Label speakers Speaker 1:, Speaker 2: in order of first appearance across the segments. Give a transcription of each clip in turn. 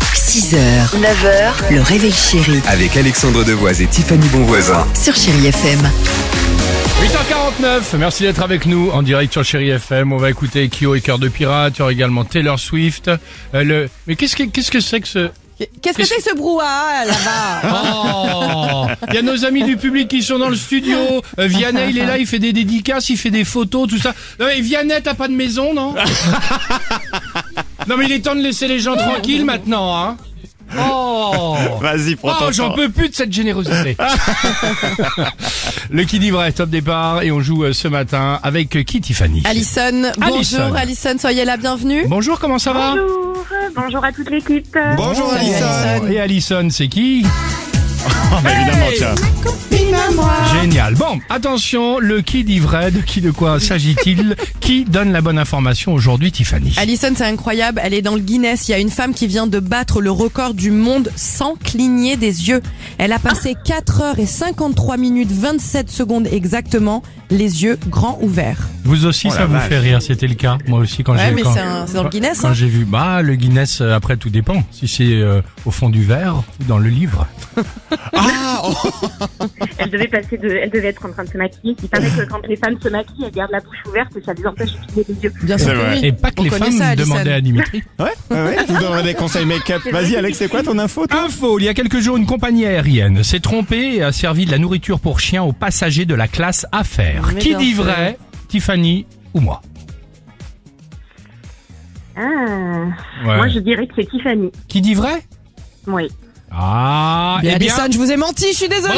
Speaker 1: 6h, 9h, le réveil chéri
Speaker 2: Avec Alexandre Devoise et Tiffany Bonvoisin.
Speaker 1: sur Chéri FM.
Speaker 3: 8h49, merci d'être avec nous en direct sur Chéri FM. On va écouter Kyo et Cœur de Pirate. Il y aura également Taylor Swift. Euh, le... Mais qu'est-ce que qu'est-ce que c'est que ce...
Speaker 4: Qu'est-ce que c'est que ce brouhaha là-bas
Speaker 3: Oh Il y a nos amis du public qui sont dans le studio. Euh, Vianney, il est là, il fait des dédicaces, il fait des photos, tout ça. Non mais Vianney, t'as pas de maison, non Non mais il est temps de laisser les gens tranquilles maintenant, hein Oh
Speaker 5: Vas-y, prends
Speaker 3: Oh,
Speaker 5: ton
Speaker 3: j'en
Speaker 5: temps.
Speaker 3: peux plus de cette générosité. le qui dit vrai, top départ, et on joue euh, ce matin avec euh, qui Tiffany
Speaker 4: Alison,
Speaker 3: Alison.
Speaker 4: bonjour Alison, soyez la bienvenue.
Speaker 3: Bonjour, comment ça va
Speaker 6: Bonjour, bonjour à toute l'équipe.
Speaker 5: Bonjour
Speaker 4: Salut, Alison.
Speaker 3: Et Alison, c'est qui
Speaker 5: Oh, Évidemment, tiens.
Speaker 3: Génial. Bon, attention, le qui dit vrai, de qui de quoi s'agit-il Qui donne la bonne information aujourd'hui, Tiffany
Speaker 4: Alison, c'est incroyable, elle est dans le Guinness. Il y a une femme qui vient de battre le record du monde sans cligner des yeux. Elle a passé 4 heures et 53 minutes 27 secondes exactement, les yeux grands ouverts.
Speaker 3: Vous aussi,
Speaker 5: Oh
Speaker 3: ça
Speaker 5: la
Speaker 3: vous
Speaker 5: vache.
Speaker 3: fait rire, c'était le cas. Moi aussi, quand
Speaker 4: Ouais,
Speaker 3: j'ai
Speaker 4: mais
Speaker 3: quand-
Speaker 4: c'est un- c'est dans le Guinness,
Speaker 3: Quand
Speaker 4: hein.
Speaker 3: j'ai vu, bah, le Guinness, euh, après, tout dépend. Si c'est euh, au fond du verre ou dans le livre.
Speaker 6: Elle devait passer de, elle devait être en train de se maquiller. Il paraît que quand les femmes se maquillent, elles gardent la bouche ouverte et ça les empêche de cligner les yeux.
Speaker 4: Bien
Speaker 5: C'est
Speaker 4: sûr que
Speaker 5: vrai.
Speaker 4: oui.
Speaker 3: Et pas que
Speaker 4: On
Speaker 3: les
Speaker 4: connaît
Speaker 3: femmes
Speaker 4: ça, Alison.
Speaker 3: demandaient à Dimitri.
Speaker 5: Ouais, ouais, ouais. Je vous donnerai des conseils make-up. Vas-y, Alex, c'est quoi ton info toi
Speaker 3: Info, il y a quelques jours, une compagnie aérienne s'est trompée et a servi de la nourriture pour chien aux passagers de la classe affaires.
Speaker 4: Mais
Speaker 3: Qui
Speaker 4: bien
Speaker 3: dit
Speaker 4: sûr.
Speaker 3: vrai Tiffany ou moi
Speaker 6: Ah, Moi, je dirais que c'est Tiffany.
Speaker 3: Qui dit vrai
Speaker 6: Oui.
Speaker 3: Ah,
Speaker 4: Mais
Speaker 3: eh bien, Ah
Speaker 4: Alison, je vous ai menti, je suis désolée.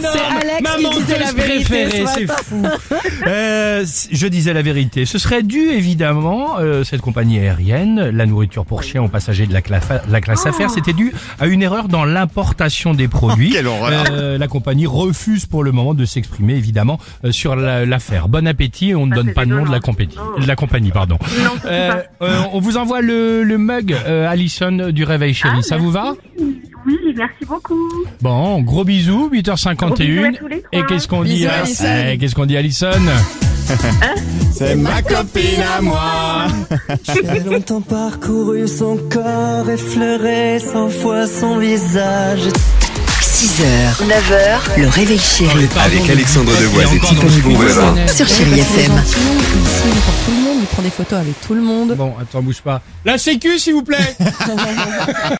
Speaker 4: c'est Alex
Speaker 3: ma
Speaker 4: qui disait la
Speaker 3: menteuse
Speaker 4: vérité.
Speaker 3: préférée,
Speaker 4: ce
Speaker 3: c'est
Speaker 4: matin.
Speaker 3: fou. Euh, c- je disais la vérité. Ce serait dû évidemment, euh, cette compagnie aérienne, la nourriture pour chiens aux passagers de la, clafa- la
Speaker 4: Ah.
Speaker 3: classe affaires, c'était dû à une erreur dans l'importation des produits.
Speaker 5: Quelle horreur.
Speaker 3: Euh, la compagnie refuse pour le moment de s'exprimer évidemment euh, sur la- l'affaire. bon appétit et on
Speaker 4: Ah,
Speaker 3: ne
Speaker 6: Ça,
Speaker 3: donne
Speaker 6: c'est
Speaker 3: pas le nom de la,
Speaker 6: désolant.
Speaker 3: compagnie.
Speaker 6: Oh.
Speaker 3: la compagnie. Pardon.
Speaker 6: Non, c'est
Speaker 3: Euh,
Speaker 6: pas.
Speaker 3: euh, on vous envoie le, le mug euh, Allison du Réveil Chéri.
Speaker 6: Ah,
Speaker 3: Ça vous va
Speaker 6: Oui, merci beaucoup.
Speaker 3: Bon, gros bisous,
Speaker 6: Gros bisous à
Speaker 3: 8h51.
Speaker 6: tous les trois.
Speaker 3: Et qu'est-ce qu'on dit
Speaker 4: Bisous,
Speaker 3: à-
Speaker 4: Alison.
Speaker 3: Eh, Qu'est-ce qu'on dit Alison
Speaker 5: C'est ma copine à moi.
Speaker 7: J'ai longtemps parcouru son corps, effleuré cent fois son visage.
Speaker 1: 6h, 9h, le réveil chéri
Speaker 2: Avec Alexandre Devoise et Tiffany Bonvoisin.
Speaker 1: sur Chéri
Speaker 4: Parce qu'il est
Speaker 1: FM.
Speaker 4: gentil, Il signe pour tout le monde, il prend des photos avec tout le monde.
Speaker 3: Bon, attends, bouge pas. La sécu, s'il vous plaît